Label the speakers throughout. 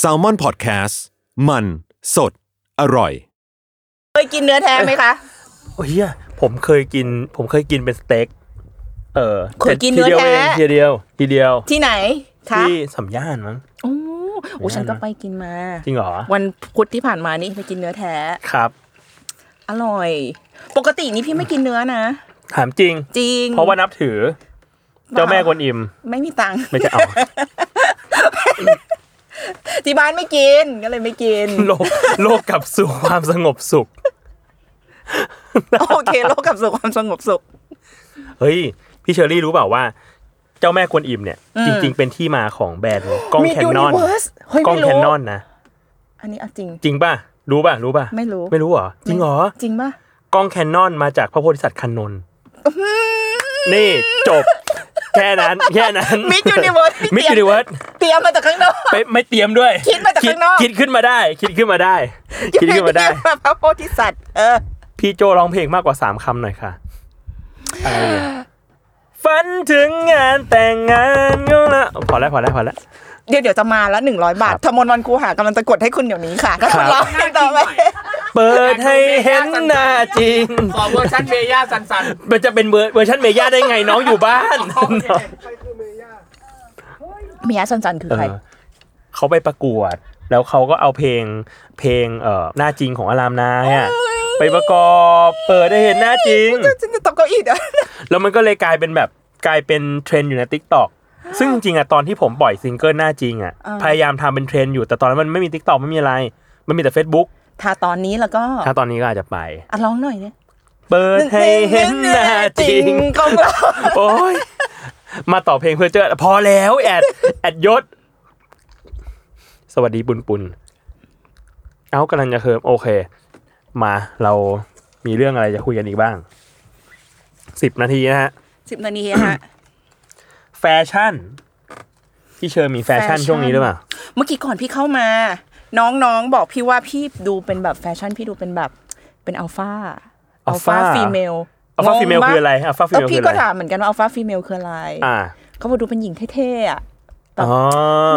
Speaker 1: s a l ม o n PODCAST มันสดอร่อย
Speaker 2: เคยกินเนื้อแท้ไหมคะ
Speaker 3: โอ้ยเหี้ยผมเคยกิน ผมเคยกินเป็นสเต็ก เออ
Speaker 2: เคยกินเนื้อ
Speaker 3: ทีดีว
Speaker 2: แท้
Speaker 3: งทีเดียว ทีเดียว
Speaker 2: ที่ไหนคะ
Speaker 3: ที่สัมย่านมั้ง
Speaker 2: โอ้โอ้ฉันก็ไปกินมา
Speaker 3: จริงเหรอ
Speaker 2: วันพุธที่ผ่านมานี่ไปกินเนื้อแท้
Speaker 3: ครับ
Speaker 2: อร่อย ปกตินี่พี่ไม่กินเนื้อนะ
Speaker 3: ถามจริง
Speaker 2: จริง
Speaker 3: เพราะว่านับถือ เจ้าแม่กวนอิม
Speaker 2: ไม่มีตังค์
Speaker 3: ไม่ใช่เอา
Speaker 2: ที่บ้านไม่กินก็เลยไม่กิ น
Speaker 3: โลกโลกกลับสู่ความสงบสุข
Speaker 2: โอเคโลกกลับสู่ความสงบสุข
Speaker 3: เฮ้ย พี่เชอรี่รู้เปล่าว่า เจ้าแม่กวนอิมเนี่ย
Speaker 2: อืม
Speaker 3: จริง ๆ เป็นที่มาของแบรนด์กล้อง
Speaker 2: มี
Speaker 3: แคน
Speaker 2: ยู
Speaker 3: น
Speaker 2: นิ
Speaker 3: อน
Speaker 2: เวิร์สเฮ้ย
Speaker 3: กล้อง
Speaker 2: ไม่
Speaker 3: แคน
Speaker 2: รู้
Speaker 3: นอนนะ
Speaker 2: อันนี้เอาจริง
Speaker 3: จริงป่ะ รู้ป่ะ รู้ป่ะ
Speaker 2: ไม่รู้
Speaker 3: ไม่รู้เหรอ จริงเหรอ
Speaker 2: จริงป่ะ
Speaker 3: กล้องแคนนอนมาจากพระโพธิสัตว์คันนนท์นี่จบ แค่นั้น แค่นั้น
Speaker 2: มิดยูนิเวิร์ส
Speaker 3: มิจูนิเวิร์ส
Speaker 2: เตรียมมาจากข้างนอก
Speaker 3: ไปไม่เตรียมด้วย
Speaker 2: คิดมาจากข้างนอก
Speaker 3: คิดขึ้นมาได้ คิดขึ้นมาได้ คิดขึ้นมาได้
Speaker 2: อยู่ในเรื่องพระโพธิสัตว์ เออ
Speaker 3: พี่โจร้องเพลงมากกว่าสามคำหน่อยค่ะอะไรเนี่ยฝันถึงงานแต่งงานก็ละพอแล้วพอแล้วพอแล้ว
Speaker 2: เดี๋ยวเดี๋ยวจะมาแล้วหนึ่งร้อยบาท
Speaker 3: ครับ
Speaker 2: ธมนต์วันกูหากำลังจะกดให้คุณเดี๋ยวนี้ค่ะถ้าคุณ
Speaker 3: ครับ
Speaker 2: ร้องต่อไป
Speaker 3: เปิดให้เห็นหน้าจริง
Speaker 4: ขอเวอร์ชันเมย่าสัน
Speaker 3: มันจะเป็นเวอร์เวอร์ชันเมย่าได้ไงน้องอยู่บ้าน
Speaker 2: เมียสันจันคือ
Speaker 3: เอ
Speaker 2: ใคร
Speaker 3: อเขาไปประกวด แล้วเขาก็เอาเพลงเพลงเอ่อหน้าจริงของอารามนายอะไปประกอบเปิดให้เห็นหน้าจริง
Speaker 2: ฉันจะตบเก้าอี้เดี๋ยว
Speaker 3: แล้วมันก็เลยกลายเป็นแบบกลายเป็นเทรนด์อยู่ใน t ิ k t o k ซึ่งจริงๆอะตอนที่ผมปล่อยซิงเกิลหน้าจริงอะพยายามทำเป็นเทรนด์อยู่แต่ตอนนั้นมันไม่มี t ิ k t o k ไม่มีอะไร มันมีแต่ Facebook
Speaker 2: ถ้าตอนนี้แล้วก็
Speaker 3: ถ้าตอนนี้ก็อาจจะไป
Speaker 2: อ่ะร้องหน่อยเนี่ย
Speaker 3: เปิดให้เห็นหน้าจริง
Speaker 2: ของเรา
Speaker 3: โอ้ยมาต่อเพลงเพื่อเจอพอแล้วแอดแอดยศ สวัสดีปุนปุนเอ้ากำลังจะเคิร์มโอเค มาเรามีเรื่องอะไรจะคุยกันอีกบ้างสิบนาทีนะฮะ
Speaker 2: สิบนาทีฮะ
Speaker 3: แฟชั่น พี่เชอร์มีแฟชั่น
Speaker 2: แฟชั่น
Speaker 3: ช่วงนี้หรือเปล่า
Speaker 2: เมื่อกี้ก่อนพี่เข้ามา น้องๆบอกพี่ว่าพี่ดูเป็นแบบแฟชั่นพี่ดูเป็นแบบเป็นอัลฟา
Speaker 3: alpha
Speaker 2: ฟีเมล
Speaker 3: อัลฟาฟีเมลคืออะไรอัลฟาฟี
Speaker 2: เอ
Speaker 3: เม
Speaker 2: อ
Speaker 3: ล
Speaker 2: พี่
Speaker 3: คือ
Speaker 2: ก็
Speaker 3: อะไร
Speaker 2: ถามเหมือนกันว่าอัลฟาฟีเมลคืออะไร
Speaker 3: อ่า
Speaker 2: เขาบอกดูเป็นหญิงเท่ๆอ่ะ
Speaker 3: อ๋อ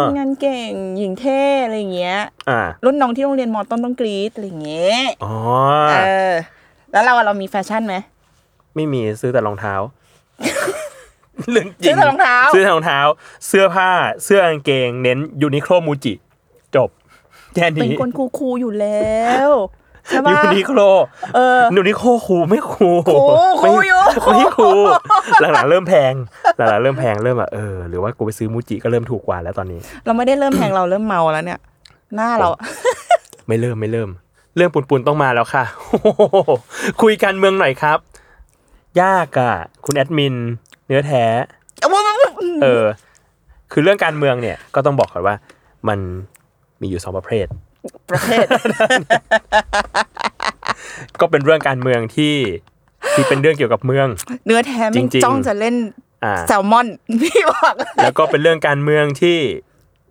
Speaker 2: ทำงานเก่งหญิงเท่ อะไรอย่างเงี้ย
Speaker 3: อ่า
Speaker 2: รุ่นน้องที่โรงเรียนมอต้นต้องกรี๊ดอะไรอย่างเงี้ย
Speaker 3: อ๋อ
Speaker 2: เออ แล้วเราอะเรามีแฟชั่นไหม
Speaker 3: ไม่มีซื้อแต่รอง เท้าเรื่องจริ
Speaker 2: ซื้อแต่รองเท้า
Speaker 3: ซื้อแต่รองเท้า เสื้อผ้าเสื้อกางเกง เน้นยูนิโคลมูจิ จบแค่
Speaker 2: เป็น
Speaker 3: นี้
Speaker 2: คนคูคูลๆอยู่ แล้วใช่ปะ
Speaker 3: ยูนิโคล
Speaker 2: เออ
Speaker 3: ยูนิโคลคูไม่คู
Speaker 2: คูลคูลอยู่
Speaker 3: ไม่คูลหลังๆเริ่มแพงหลังๆเริ่มแพงเริ่มแบบเออหรือว่ากูไปซื้อมูจิก็เริ่มถูกกว่าแล้วตอนนี้
Speaker 2: เราไม่ได้เริ่มแพงเราเริ่มเมาแล้ว เนี่ย หน้าเรา
Speaker 3: ไม่เริ่มไม่เริ่ม เรื่องปุนปุนๆต้องมาแล้วค่ะ คุยกันเมืองหน่อยครับ ยากอ่ะ คุณแอดมิน เนื้อแท้ เออ คือเรื่องการเมืองเนี่ย ก็ต้องบอกก่อนว่า มันมีอยู่สองประเภท
Speaker 2: ประเภท
Speaker 3: ก็เป็นเรื่องการเมืองที่ที่เป็นเรื่องเกี่ยวกับเมือง
Speaker 2: เนื้อแท้แม่ง
Speaker 3: จริงๆ
Speaker 2: จ้องจะเล่น
Speaker 3: อ่า
Speaker 2: แซลมอน พี่บอก
Speaker 3: แล้วก็เป็นเรื่องการเมืองที่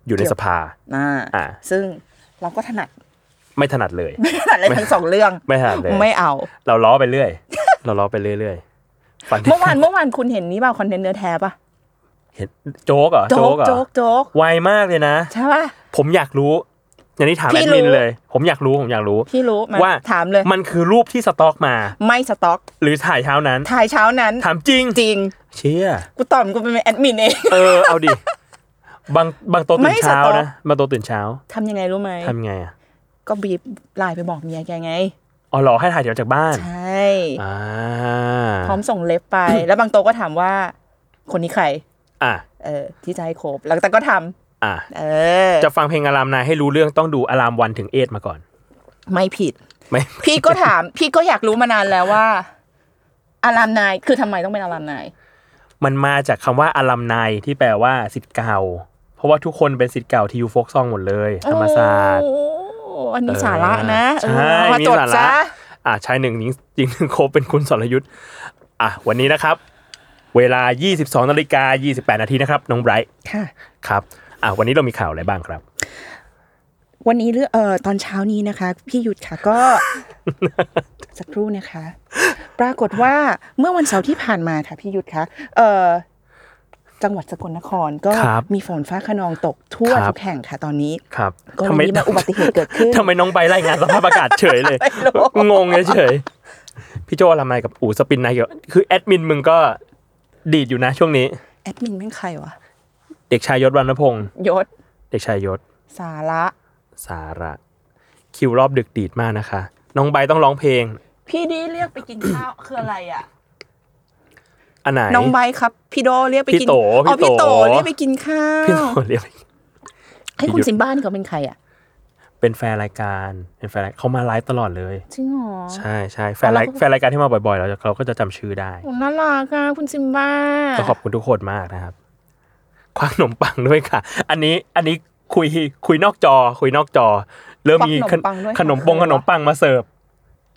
Speaker 3: อยู่ในสภา
Speaker 2: นะ
Speaker 3: อ่า
Speaker 2: ซึ่งเราก็ถนัด
Speaker 3: ไม่ถนัดเลย
Speaker 2: ถนัดเลยทั้งสองเรื่อง
Speaker 3: ไม่ถนัดเลย
Speaker 2: ไม่ เอา
Speaker 3: เราล้อไปเรื่อย เราล้อไปเรื่อยๆฝัน
Speaker 2: เมื่อวานเมื่อวานคุณเห็นนี้เปล่าคอนเทนต์เนื้อแท้ปะ
Speaker 3: เห็น โจ๊กเหรอ
Speaker 2: โจ๊ก
Speaker 3: เหรอ
Speaker 2: โจ๊กโจ๊ก
Speaker 3: ไวมากเลยนะ
Speaker 2: ใช่ปะ
Speaker 3: ผมอยากรู้อย่างนี้ถาม
Speaker 2: พี่
Speaker 3: แอดมิน
Speaker 2: รู้
Speaker 3: เลย ผมอยากรู้ผมอยากรู้
Speaker 2: พี่รู้มา
Speaker 3: ว่า
Speaker 2: ถามเลย
Speaker 3: มันคือรูปที่สต็อกมา
Speaker 2: ไม่สต็อก
Speaker 3: หรือถ่ายเช้านั้น
Speaker 2: ถ่ายเช้านั้น
Speaker 3: ถามจริง
Speaker 2: จริง
Speaker 3: เชี่ย
Speaker 2: กูตอบกูเป็นแอดมินเอง
Speaker 3: เออ เอาดิ บางบางโตวตื่
Speaker 2: ไม่
Speaker 3: นเช้า
Speaker 2: สต็อก
Speaker 3: นะบางโตวตื่นเช้า
Speaker 2: ทำยังไงรู้ไหม
Speaker 3: ทำไงอ่ะ
Speaker 2: ก็บีบไลน์ไปบอกเมียแกไง
Speaker 3: อ๋อเหรอให้ถ่ายเดี๋ยวจากบ้าน
Speaker 2: ใช่
Speaker 3: อ่า
Speaker 2: พร้อมส่งเล็บ ไป แล้วบางโตะก็ถามว่า คนนี้ใคร
Speaker 3: อ่ะ
Speaker 2: เออ ที่จะให้ครบ แล้วแต่ก็ทำ
Speaker 3: อ่ะ
Speaker 2: เออ
Speaker 3: จะฟังเพลงอารามนายให้รู้เรื่องต้องดูอารามวันถึงเอทมาก่อน
Speaker 2: ไม่ผิด
Speaker 3: ไม่
Speaker 2: พี่ก็ถาม พี่ก็อยากรู้มานานแล้วว่า อารามนายคือทำไมต้องเป็นอารามนาย
Speaker 3: มันมาจากคำว่าอารามนายที่แปลว่าสิทธิ์เก่า เพราะว่าทุกคนเป็นสิทธิ์เก่าที่ยูโฟกซองหมดเลยธรรมศาสตร์
Speaker 2: โอ้อันนี้สาระนะ
Speaker 3: ใช่
Speaker 2: เออมา
Speaker 3: มี
Speaker 2: จด
Speaker 3: สา
Speaker 2: ซะ
Speaker 3: ระ อ่าชายหนึ่งหญิงหญิงหนึ่งโคบเป็นคุณสรยุทธ์อ่ะวันนี้นะครับ เวลา 22นาฬิกา28 นาทีนะครับ น้องไบรท์
Speaker 2: ค่ะ
Speaker 3: ครับอ่ะวันนี้เรามีข่าวอะไรบ้างครับ
Speaker 2: วันนี้เรื่องเอ่อตอนเช้านี้นะคะ พี่หยุดค่ะก็ สักครู่นะคะ ปรากฏว่าเมื่อวันเสาร์ที่ผ่านมาค่ะพี่หยุดคะเอ่อ จังหวัดสกลนครก็
Speaker 3: ครับ
Speaker 2: มีฝนฟ้าขนองตกทั่ว
Speaker 3: ครับ
Speaker 2: ทุกแห่งค่ะตอนนี้
Speaker 3: ครับ
Speaker 2: ก็เลยมีมาอุบัติเหตุเกิดขึ้น
Speaker 3: ทำไมน้องใบรายงานสภาพอากาศเฉยเลย
Speaker 2: ไม่รู้
Speaker 3: งงเฉยๆพี่โจทำอะไรกับอูสปินไนท์เกี่ยวคือแอดมินมึงก็ดีดอยู่นะช่วงนี้
Speaker 2: แอดมินเป็นใครวะ
Speaker 3: เด็กชายยศวรรณพงศ์
Speaker 2: ยศ
Speaker 3: เด็กชายยศ
Speaker 2: สาระ
Speaker 3: สาระ คิวรอบดึกดีดมากนะคะ น้องใบต้องร้องเพลง
Speaker 2: พี่ดีเรียกไปกินข้าว คืออะไรอ่ะ
Speaker 3: อันไหน
Speaker 2: น้องไบร์ทครับ พี่โดเรียกไปกิน
Speaker 3: พี่โต
Speaker 2: อ๋อ
Speaker 3: พี่
Speaker 2: พี่โต
Speaker 3: โต
Speaker 2: เรียกไปกินข้า
Speaker 3: พี่โต
Speaker 2: ว
Speaker 3: เรียกไป
Speaker 2: ให้คุ
Speaker 3: พี่
Speaker 2: ณ
Speaker 3: หยุด
Speaker 2: ซิมบ้านี่เขาเป็นใครอ่ะ
Speaker 3: เป็นแฟนรายการเป็นแฟนรายเขามาไลฟ์ตลอดเลย
Speaker 2: จริงเหรอ
Speaker 3: ใช่ใช่แฟนราย
Speaker 2: อ๋อแล้วก็
Speaker 3: แฟนรายการที่มาบ่อยๆเราจะเราก็จะจำชื่อได้
Speaker 2: โอ้น่ารักอ่ะคุณซิมบ้า
Speaker 3: ก็ขอบคุณทุกคนมากนะครับ คว้าขนมปังด้วยค่ะ อันนี้อันนี้คุยคุยนอกจอ คุยนอกจอ เริ่มมีขนขนมปงขนมปังมาเสิร์ฟ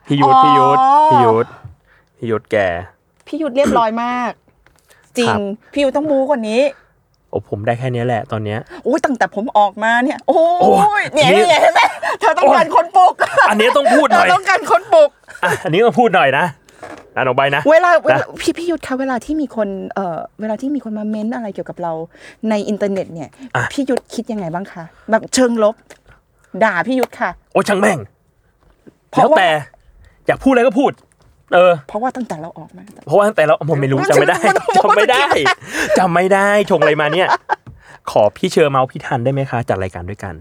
Speaker 3: พี่ยุทธพี่ยุทธพี่ยุทธพี่ยุทธแก
Speaker 2: พี่หยุดเรียบร้อยมาก จริ
Speaker 3: ครั
Speaker 2: ง
Speaker 3: บ
Speaker 2: พี่หยุดต้องบูกว่านี้
Speaker 3: โอ้ผมได้แค่เนี้ยแหละตอนเนี้ย
Speaker 2: โอ้ยตั้งแต่ผมออกมาเนี่ย โอ้
Speaker 3: โอ้
Speaker 2: ยเนี่ย
Speaker 3: นี่
Speaker 2: เนี่ยเห็นไหมเธอต้องการคนปลุก
Speaker 3: อันนี้ต้องพูด
Speaker 2: เธ
Speaker 3: หน่
Speaker 2: อ
Speaker 3: อย
Speaker 2: ต้องการคน ปลุก
Speaker 3: อ่ะอันนี้ต้องพูดหน่อยนะอ่ะน้องใบนะ
Speaker 2: เวลาเวลา
Speaker 3: นะ
Speaker 2: พี่พี่ยุทธคะเวลาที่มีคนเอ่อเวลาที่มีคนมาเม้นอะไรเกี่ยวกับเราในอินเทอร์เน็ตเนี่ยพี่ยุทธคิดยังไงบ้างคะแบบเชิงลบ ด่าพี่ยุทธค่ะ
Speaker 3: โอ้ช่างแม่ง
Speaker 2: เพ
Speaker 3: แล้ว
Speaker 2: ราะว่า
Speaker 3: แต่ อยากพูดอะไรก็พูด เออ
Speaker 2: เพราะว่าตั้งแต่เราออกมา
Speaker 3: เพราะว่าตั้งแต่เราผม ไม่รู้จำไม่ได้ จำไม่ได้จำไม่ได้ชงอะไรมาเนี่ย ขอพี่เชอร์เมาส์พี่ทันได้ไหมคะจัดรายการด้วยกัน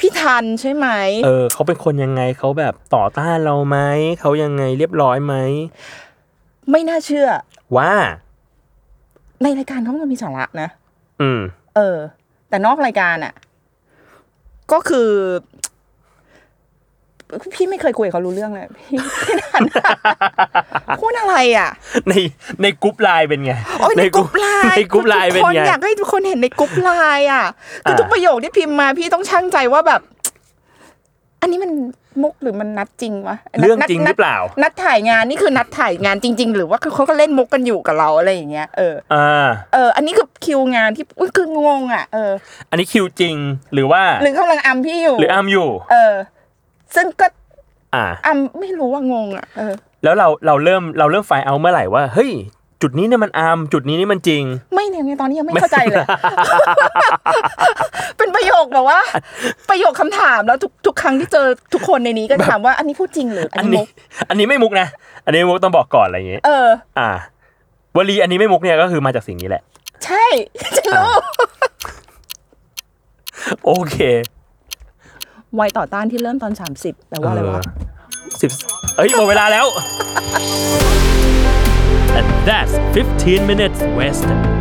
Speaker 2: พี่ทันใช่ไหม
Speaker 3: เออเขาเป็นคนยังไงเขาแบบต่อต้านเราไหมเขายังไงเรียบร้อยไหม
Speaker 2: ไม่น่าเชื่อ
Speaker 3: ว่า
Speaker 2: ในรายการเขาก็มีสาระนะ
Speaker 3: อืม
Speaker 2: เออ แต่นอกรายการอ่ะ ก็คือ พี่ไม่เคยคุยกับเขารู้เรื่องเลยพี่พี่ทันอะพูดอะไรอ่ะ
Speaker 3: ในในกรุ๊ปไลน์เป็นไง
Speaker 2: โอ้ยในกรุ๊ปไลน์
Speaker 3: ในกรุ๊ปไลน์เป็น
Speaker 2: ทุกคน
Speaker 3: ไง
Speaker 2: อยากให้ทุกคนเห็นในกรุ๊ปไลน์อ่ะคือทุกประโยคที่พิมพ์มาพี่ต้องช่างใจว่าแบบ อันนี้มันมุกหรือมันนัดจริงวะนัด
Speaker 3: เรื่องจริงหรือเปล่า
Speaker 2: นัดนัดถ่ายงานนี่คือนัดถ่ายงานจริง ๆ หรือว่าเขาก็เล่นมุกกันอยู่กับเราอะไรอย่างเงี้ยเออ
Speaker 3: อ่า
Speaker 2: เอออันนี้คือคิวงานที่อุ๊ยคืองงอ่ะเออ
Speaker 3: อันนี้คิวจริงหรือว่า
Speaker 2: หรือกำลังอัมพี่อยู่
Speaker 3: หรืออ้ามอยู่
Speaker 2: เออ ซึ่งก็
Speaker 3: อ่า
Speaker 2: อัมไม่รู้ว่างงอ่ะเออ
Speaker 3: แล้วเราเราเริ่มเราเริ่มไฟเอาเมื่อไหร่ว่าเฮ้ย จุดนี้เนี่ยมันอาร์มจุดนี้นี่มันจริง
Speaker 2: ไม่เนี่ยตอนนี้ยังไม่เข้าใจ เลย เป็นประโยคแบบว่า ประโยคคำถามแล้วทุกทุกครั้งที่เจอทุกคนในนี้ก็ถามว่าอันนี้พูดจริงหรืออั
Speaker 3: อั
Speaker 2: น
Speaker 3: น
Speaker 2: นี้
Speaker 3: นี้
Speaker 2: มุก
Speaker 3: อันนี้ไม่มุกนะ อันนี้ไม่มุกต้องบอกก่อนอะไรอย่างเงี้ย
Speaker 2: เออ
Speaker 3: อ่าวลีอันนี้ไม่มุกเนี่ยก็คือมาจากสิ่งนี้แหละ
Speaker 2: ใช่ ฉันรู้
Speaker 3: โอเค
Speaker 2: วัยต่อต้านที่เริ่มตอน 30 แต่ว่าอะไรวะ
Speaker 3: สิบเอ้ยหมดเวลาแล้ว and that's 15 minutes west